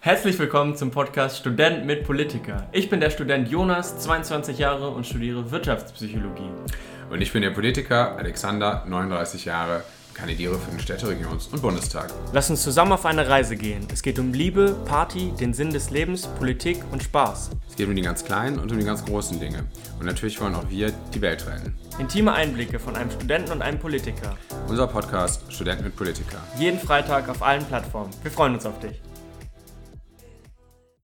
Herzlich willkommen zum Podcast Student mit Politiker. Ich bin der Student Jonas, 22 Jahre und studiere Wirtschaftspsychologie. Und ich bin der Politiker Alexander, 39 Jahre, kandidiere für den Städte-, Regions- und Bundestag. Lass uns zusammen auf eine Reise gehen. Es geht um Liebe, Party, den Sinn des Lebens, Politik und Spaß. Es geht um die ganz kleinen und um die ganz großen Dinge. Und natürlich wollen auch wir die Welt retten. Intime Einblicke von einem Studenten und einem Politiker. Unser Podcast Student mit Politiker. Jeden Freitag auf allen Plattformen. Wir freuen uns auf dich.